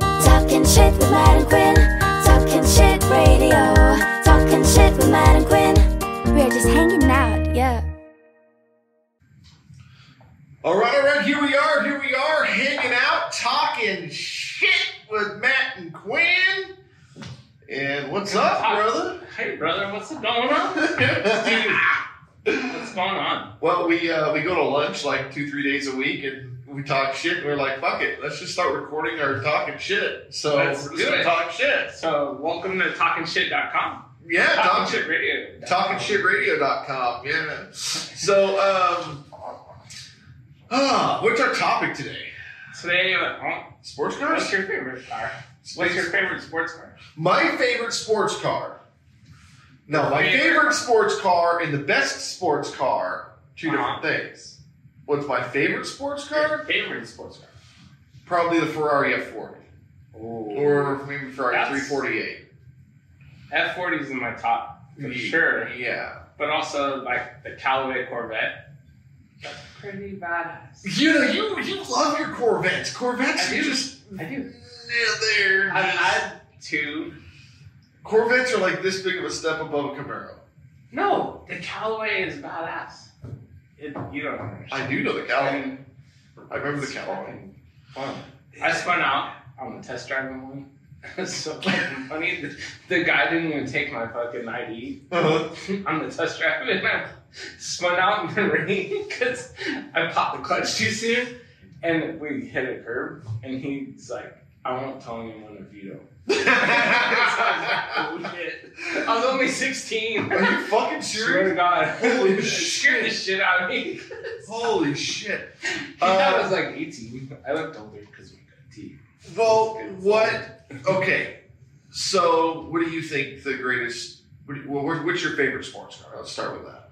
Talking shit with Matt and Quinn. Talking shit radio. Talking shit with Matt and Quinn. We're just hanging out, yeah. All right, all right, here we are, here we are, hanging out, talking shit with Matt and Quinn. And what's up, brother? Hey, brother, what's going on? Dude, what's going on? well, we uh, we go to lunch like two, three days a week, and we talk shit. And we're like, fuck it, let's just start recording our talking shit. So Let's we're do just gonna it. talk shit. So, welcome to TalkingShit.com. Yeah, talk shit. Radio. TalkingShitRadio.com. Yeah. So, um, ah, what's our topic today? Today, uh, oh, Sports what's cars. your favorite car? What's your favorite sports car? My favorite sports car. No, my Favorite. favorite sports car and the best sports car. 2 Uh-huh. different things. What's my favorite sports Your car? favorite sports car? Probably the Ferrari F40 or maybe Ferrari That's- 348. F40 is in my top for Ye- sure, Yeah. but also like the Callaway Corvette. That's pretty badass. You know, you you love your Corvettes. Corvettes I are do. just I do. yeah, they're I just- had two. Corvettes are like this big of a step above a Camaro. No, the Callaway is badass. It, you don't understand. I do know the Callaway. I remember the Callaway. Fun. I spun out on the test driving one. It was so fucking funny. The, the guy didn't even take my fucking ID Uh-huh. on the test drive, and I spun out in the rain because I popped the clutch too soon, and we hit a curb. And he's like, "I won't tell anyone if you don't." I was like, "Oh, shit." I was only 16. Are you fucking Swear to serious? God. Holy It Scared the shit out of me. Holy shit. He Uh, thought I was like 18. I looked older because we got teeth. Well, what? Okay. So, what do you think the greatest? What do you, well, what- what's your favorite sports car? Let's start with that.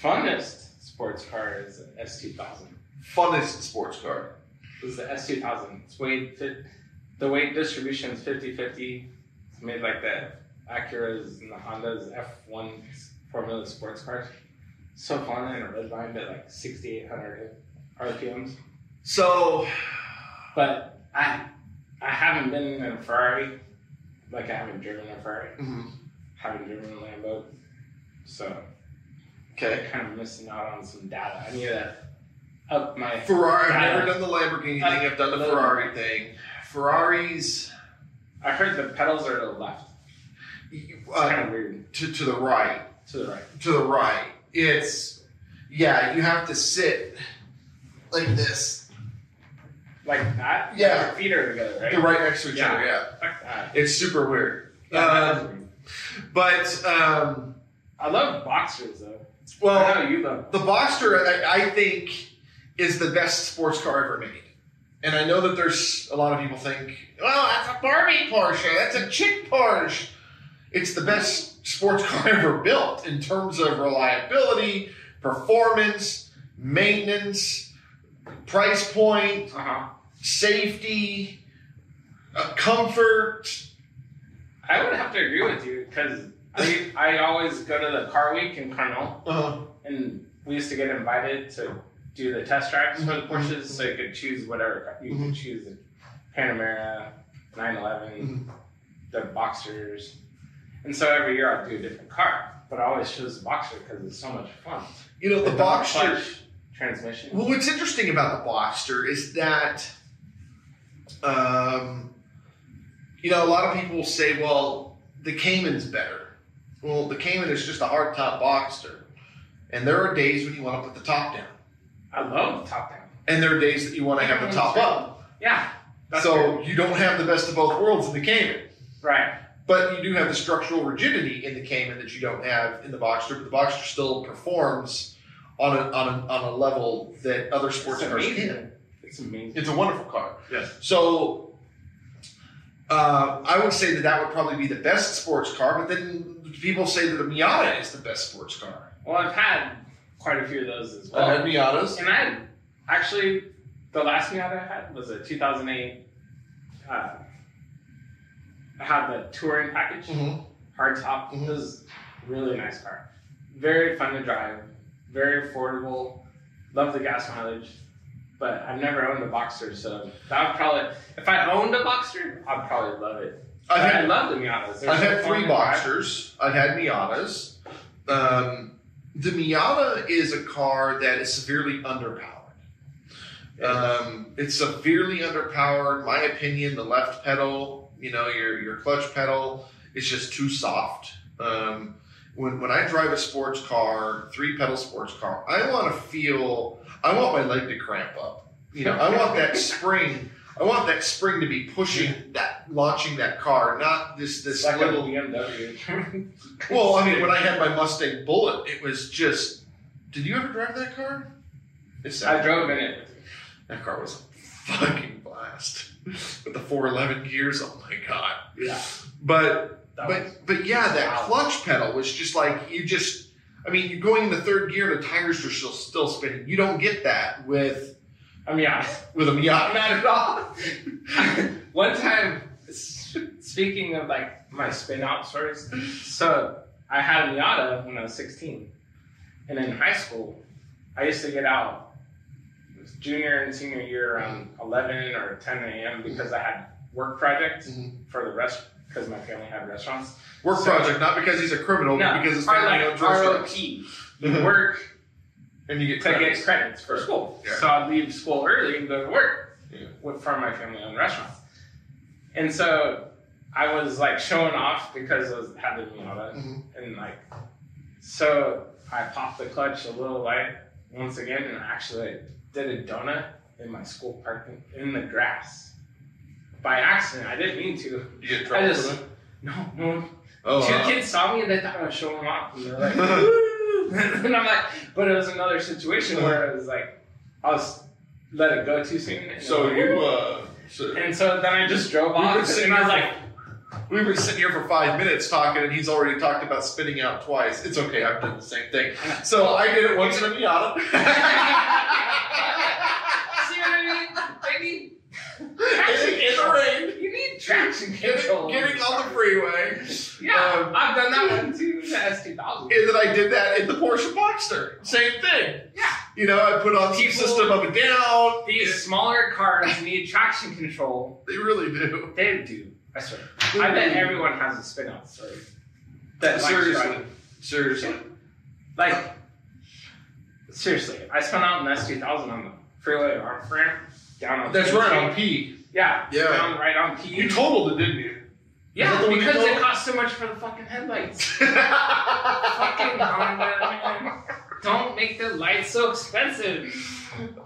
Funnest sports car is an S2000. Funnest sports car. It was the S2000. It's weight fit. The weight distribution is 50 50. It's made like the Acura's and the Honda's F1 Formula sports cars. So fun and a red line at like 6,800 RPMs. So, But I I haven't been in a Ferrari. Like I haven't driven a Ferrari. mm-hmm, Haven't driven a Lambo. So okay. kind of missing out on some data. I need to up my. Ferrari. I've Yeah. never done the Lamborghini Uh, thing. I've done the no. Ferrari thing. Ferraris I heard the pedals are to the left. It's uh, kind of weird. to to the right. To the right. To the right. It's yeah. You have to sit like this. Like that? Yeah. Uh, Your feet are together, right? You're right next to each Yeah. other. Yeah. Fuck that. It's super weird. Yeah, Uh, that's weird. But um, I love boxers though. well. I know you love. The Boxster, I, I think, is the best sports car ever made. And I know that there's a lot of people think, well, that's a Barbie Porsche, that's a chick Porsche. It's the best sports car ever built in terms of reliability, performance, maintenance, price point, Uh huh. safety, uh, comfort. I would have to agree with you because I I always go to the car week in Carmel Uh, and we used to get invited to do the test drives for the Mhm. Porsches, so you could choose whatever car- you Mm-hmm. could choose the Panamera, 911, Mm-hmm. the boxers. And so every year I'll do a different car, but I always choose the boxer because it's so much fun. you know, the Boxster. Clutch, transmission. Well, what's interesting about the Boxster is that, um, you know, a lot of people say, well, the Cayman's better. Well, the Cayman is just a hard top Boxster. And there are days when you want to put the top down. I love the top down. And there are days that you want to have the top up. Yeah. That's So good. you don't have the best of both worlds in the Cayman. right. But you do have the structural rigidity in the Cayman that you don't have in the Boxster. But the Boxster still performs on a, on a, on a level that other sports it's cars amazing. can't. It's amazing. It's a wonderful car. Yes. So uh, I would say that that would probably be the best sports car, but then people say that a Miata is the best sports car. Well, I've had quite a few of those as well. Miatas. And I actually, the last Miata I had was a 2008. Uh, I had the touring package, hmm hard top. Mhm. It was a really nice car. Very fun to drive, very affordable. Love the gas mileage. But I've never owned a boxer, so that would probably if I owned a boxer, I'd probably love it. I've But had I love the Miatas. They're I've so had fun three to drive. Boxers. I've had Miatas. Um, the Miata is a car that is severely underpowered. Um, it's severely underpowered. My opinion, the left pedal, you know, your your clutch pedal is just too soft. Um, when, when I drive a sports car, three pedal sports car, I want to feel, I want my leg to cramp up. You know, I want that spring, I want that spring to be pushing that, launching that car, not this this It's like little a BMW. well, I mean, when I had my Mustang Bullet, it was just. Did you ever drive that car? It's I drove in it. That car was a fucking blast with the 411 gears. Oh my god! Yeah. But That was- but but yeah, that Wow. clutch pedal was just like you just. I mean, you're going in the third gear and the tires are still still spinning. You don't get that with I mean, yeah. with a Miata. Not at all. One time, s- speaking of like my spin out stories, so I had a Miata when I was 16. And in high school, I used to get out it was junior and senior year around 11 or 10 a.m. because I had work projects Mhm. for the rest, because my family had restaurants. Work So- project, not because he's a criminal, but No, because his or family like owns restaurants. ROP. Mm-hmm. You work and you get to credits. get credits for school. Yeah. So I'd leave school early and go to work Yeah. with, from my family owned restaurant. And so I was like showing off because I was having Miata Mhm. and like so I popped the clutch a little light once again and actually did a donut in my school parking in the grass. By accident, I didn't mean to. You get in I trouble. just- for that? No, no. oh, Two uh, kids saw me and they thought I was showing off, and they're like, "Woo!" and I'm like, but it was another situation where it was like, I was let it go too soon. and so I'm like, you "Woo!" uh, so and so then I just drove We off, were and sitting then I was here like, We've been sitting here for five minutes talking, and he's already talked about spinning out twice. It's okay, I've done the same thing. So I did it once in a Miata. see what I mean? They need In- in the rain. You need traction control. Getting, getting on the freeway. yeah, um, I've done that one too. The S2000. And then I did that in the Porsche Boxster. Same thing. Yeah. You know, I put on People- system up and down. These smaller cars need traction control. They really do. They do. I swear. I bet everyone has a spin out story. That likes seriously. driving. Seriously. Like, seriously, I spun out an S2000 on the freeway on ramp down on. That's 15. right, on P. Yeah. Yeah. Down right on P. You totaled it, didn't you? yeah, Is that the one you because it told? cost so much for the fucking headlights. fucking Honda, man. Don't make the lights so expensive.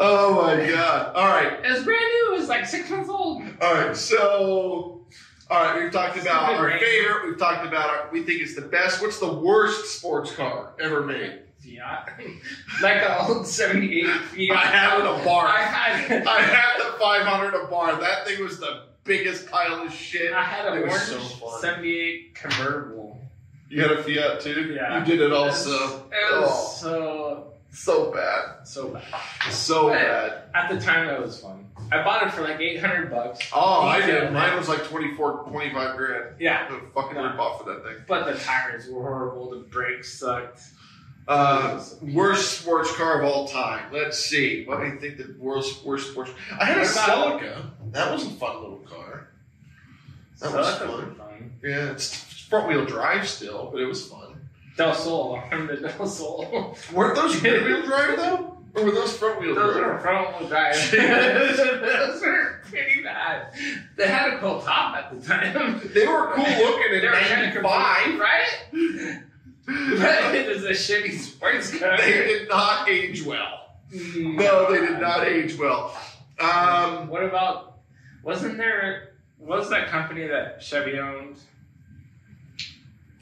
oh my god. All right. It was brand new. It was like six months old. All right, so all right, we've talked about Stupid our rain. favorite. We've talked about our we think it's the best. What's the worst sports car ever made? Fiat, like an old '78 Fiat. I have it a bar. I I had it. had the 500 a bar. That thing was the biggest pile of shit. I had a It orange was so fun. '78 convertible. You had a Fiat too. Yeah. You did it It also. oh. was, it was so So bad. so bad. So What? bad. At the time, it was fun. I bought it for like 800 bucks. Oh, I Yeah. did. Mine was like 24, 25 grand. Yeah, The fucking Yeah. rip off of that thing. but the tires were horrible. The brakes sucked. Uh, Worst sports car of all time. Let's see. What do you think the world's worst sports? I had a What about- Celica. That was a fun little car. that So was that fun. was fun. Yeah, it's front wheel drive still, but it was fun. Del Sol, Honda Del Sol. Weren't those rear wheel drive though, or were those front wheel Those drive? are front wheel drive. Those are pretty bad. They had a cool top at the time. They were cool looking in They were kind of combined, '95. right? But it is a shitty sports car. Mm. They did not age well. No, they did not age well. Um, What about? Wasn't there? What was that company that Chevy owned?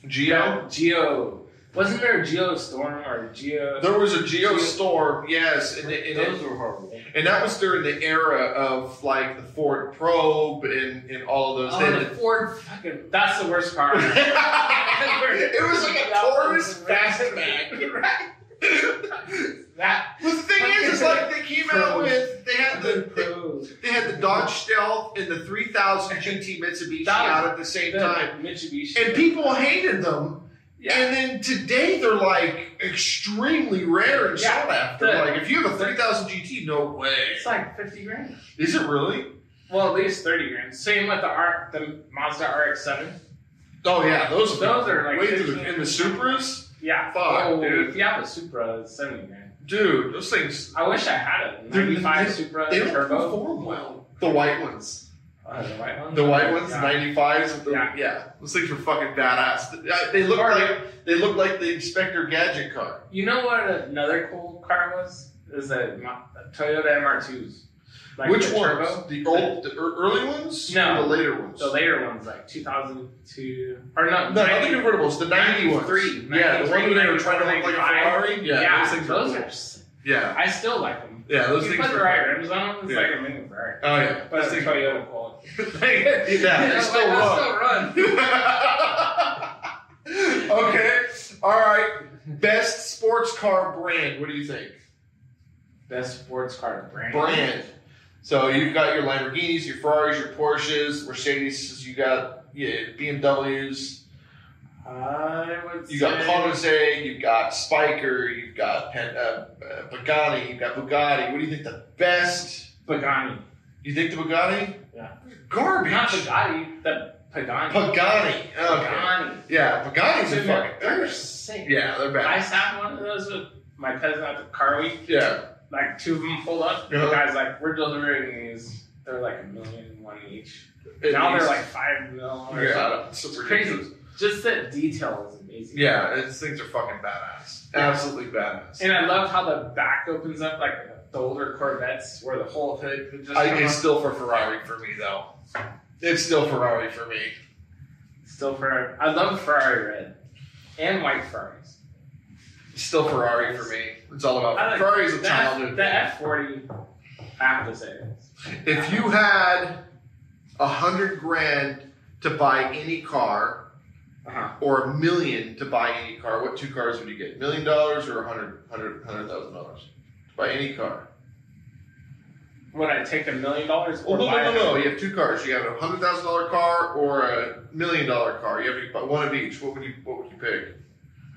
Geo. Geo. Wasn't there a Geo Storm or Geo? There was a Geo Geo- Storm, yes, and it, and it, Those were horrible. And that was during the era of like the Ford Probe and, and all of those. They Oh, had the Ford fucking. That's the worst car. the- it was like a That was Taurus right. fastback. Right. that. The thing is, is like they came out with they had the they, Pro. they had the Dodge Stealth and the 3000 GT Mitsubishi That- out at the same The time, Mitsubishi. and people hated them Yeah. And then today they're like extremely rare and Yeah. sought after. The- like if you have a three thousand GT, no way. It's like 50 grand. Is it really? Well, at least 30 grand. Same with the R, the Mazda RX-7. Oh yeah, those are Those are like way through the, 15. and the Supras, Yeah. Fuck, Oh, dude. If you have a Supra, it's 70 grand. dude. Those things I wish I had a They're- 95 they- Supra they don't turbo. perform well. The white ones, Uh, the white ones. the white ones, Yeah. ninety fives. with the- Yeah. those things were fucking badass. They- I- They look Or- like they look like the Inspector Gadget car. You know what another cool car was? Is a Ma- a Toyota MR2s. Like Which the ones? Turbo. The old, the ear- early ones, No. or the later ones. The later ones, like 2002 or no, No, not 90 the convertibles, the 90 ones. 93, Yeah, the one where they were trying to look like a 95. Ferrari. Yeah, those things those are are. cool. s- Yeah, I still like them. yeah, those you things put are the right rims on them, it's Yeah. like a mini Ferrari. Oh, yeah. but Those it's things are Toyota quality. yeah, they Like, still they'll run. still run. okay, all right. Best sports car brand. What do you think? Best sports car brand. Brand. So you've got your Lamborghinis, your Ferraris, your Porsches, Mercedes. You got yeah, BMWs. I would. You got say- Ponce. You've got Spiker. You've got Pen- uh, uh, Pagani. You've got Bugatti. What do you think the best? Pagani. You think the Bugatti? Yeah. Garbage. Not Pagani. The Pagani. Pagani. Okay. Pagani. Yeah, Pagani's a They're- fucking. They're They're, sick. yeah, they're bad. I sat one of those with my cousin at the car week. Yeah. Like two of them pulled up. Uh-huh. The guy's like, "We're delivering these. They're like a million and one each. It now needs- they're like five mil or something. yeah, it's It's ridiculous. crazy. Just that detail is amazing. Yeah, it's, things are fucking badass. Yeah. Absolutely badass. And I love how the back opens up like the older Corvettes, where the whole hood could just I, come it's up. still for Ferrari for me though. It's still Ferrari for me. Still Ferrari. I love Ferrari red and white Ferraris. It's still Ferrari for me. It's all about I like Ferrari's a The F- childhood. the F forty. I have to say this. If you had a hundred grand to buy any car, Uh-huh. or a million to buy any car, what two cars would you get? Million dollars or a hundred, hundred, hundred thousand dollars to buy any car? Would I take a million dollars Well, or Oh, no, buy no, no, a- no. You have two cars. You have a hundred thousand dollar car or a million dollar car. You have to buy one of each. What would you, what would you pick?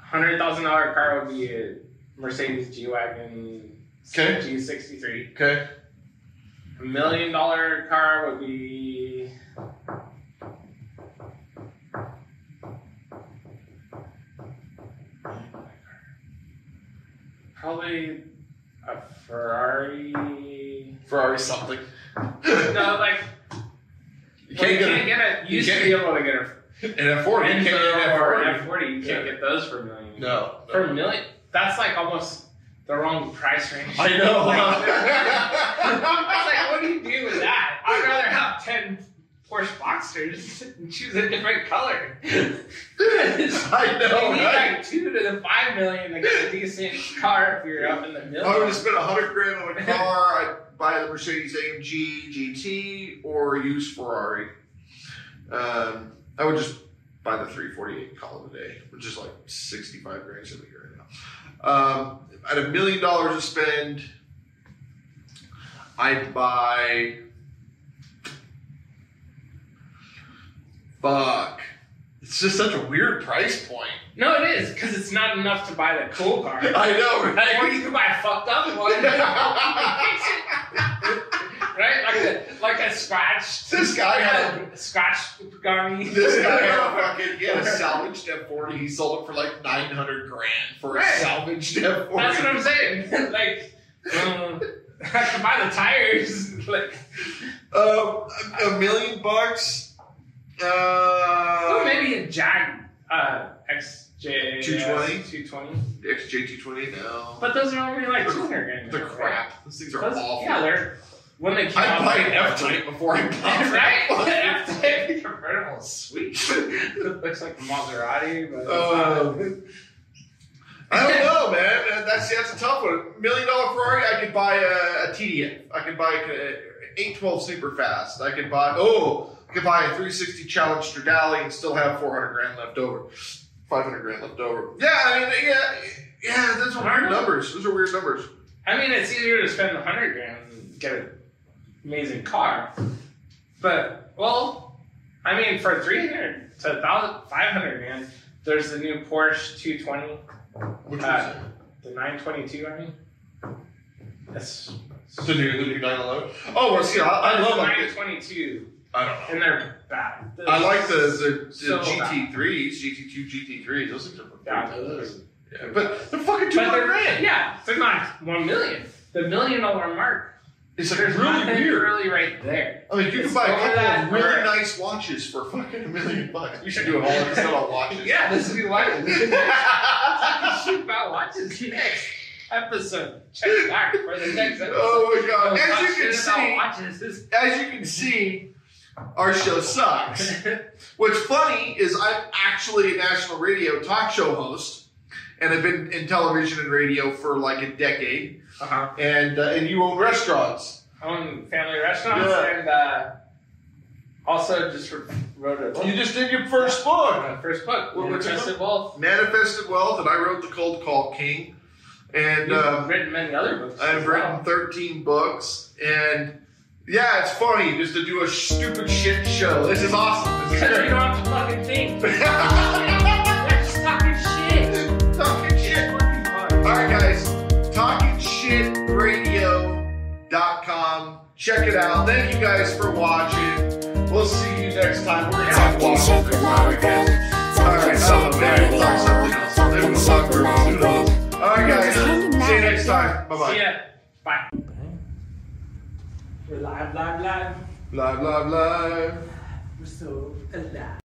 hundred thousand dollar car would be a Mercedes G wagon. Okay. G sixty three. Okay. A million dollar car would be. Probably a Ferrari. No, Ferrari something. no, like you well, can't get a- get a. you You used to can't- be able to get a an F40. You can't get an Enzo or F40. F forty. You can't get those for a million. No. For a million, that's like almost the wrong price range. I know. Like, I was huh? like, what do you do with that? I'd rather have 10 Porsche Boxers and choose a different color. I know, you need right? like two to the five million to get a decent car if you're up in the If middle. I would have spent a hundred grand on a car. I'd buy the Mercedes AMG GT or use Ferrari. Um, I would just buy the 348 Colin today, which is like 65 grand over here right now. Um, I had a million dollars to spend. I'd buy. Fuck. It's just such a weird price point. no, it is, because it's not enough to buy the cool car. I know, Or you can buy a fucked up one. right? Like a, like a scratched. This guy had a scratched Pagani. This guy had a fucking he had a salvaged F forty. He sold it for like nine hundred grand for a Right. salvaged F forty. That's what I'm saying. like, um, I can buy the tires. Like, Um, a a million bucks. or Uh, maybe a Jag uh, XJ 220? 220. XJ two twenty. No, But those are only like 200 grand. the crap. Those things are Those, awful. yeah, they're when they came I'd out. buy like- an F type before I bought an Right? F1. After they convertible, sweet. It looks like a Maserati, but it's not. Um, I don't know, man. Uh, That's that's a tough one. Million dollar Ferrari. I could buy a, a TDF. I could buy a eight twelve super fast. I could buy oh, I could buy a three sixty Challenge Stradale and still have four hundred grand left over, five hundred grand left over. Yeah, I mean, yeah, yeah. Those are weird numbers. Those are weird numbers. I mean, it's easier to spend a hundred grand and get an amazing car, but well, I mean, for three hundred to thousand five hundred grand, There's the new Porsche 220, Which Uh, the 922. I mean, that's was the new the new 911. Oh, well, see, I, I love like it. 922, I don't know. and they're bad. I like the the, the So GT3s, GT2, GT3s. Those things are pretty Yeah, cool. those are- Yeah, but they're fucking two but hundred they're, grand. yeah, they're not one million. The million dollar mark. It's like There's really nothing weird. really right there. I mean, you can It's buy a over couple that of really for- nice watches for fucking a million bucks. We should do a whole episode on watches. Yeah, this would be why we can oh shoot about watches next episode. Check back for the next episode. my god! Talk Oh, As you shit can about see, watches is as you can see, our show sucks. What's funny is I'm actually a national radio talk show host, and I've been in television and radio for like a decade. uh-huh. And uh, and you own restaurants. own family restaurants Yeah. and uh, also just re- wrote a book. You just did your first book, My first book, What- what's it Manifested Wealth. Manifested Wealth, and I wrote the Cold Call King, and. You've um, written many other books. as I've well. written 13 books, and yeah, it's funny just to do a stupid shit show. This is awesome. This is Because you great. don't have to fucking think. Talking Fucking shit. shit. Fucking hard. All right, guys. TalkingShitRadio.com. Check it out. Thank you guys for watching. We'll see you next time. We're gonna talk Talking shit waffles with next time Mannequin. again. All Talking right, shit oh man, radio. talk something else. Maybe Talking we'll shit talk with herbs. Who knows? Mannequin. All right, guys. See you next time. Bye See bye. ya. Bye. We're live, live, live. Live, live, live. We're so alive.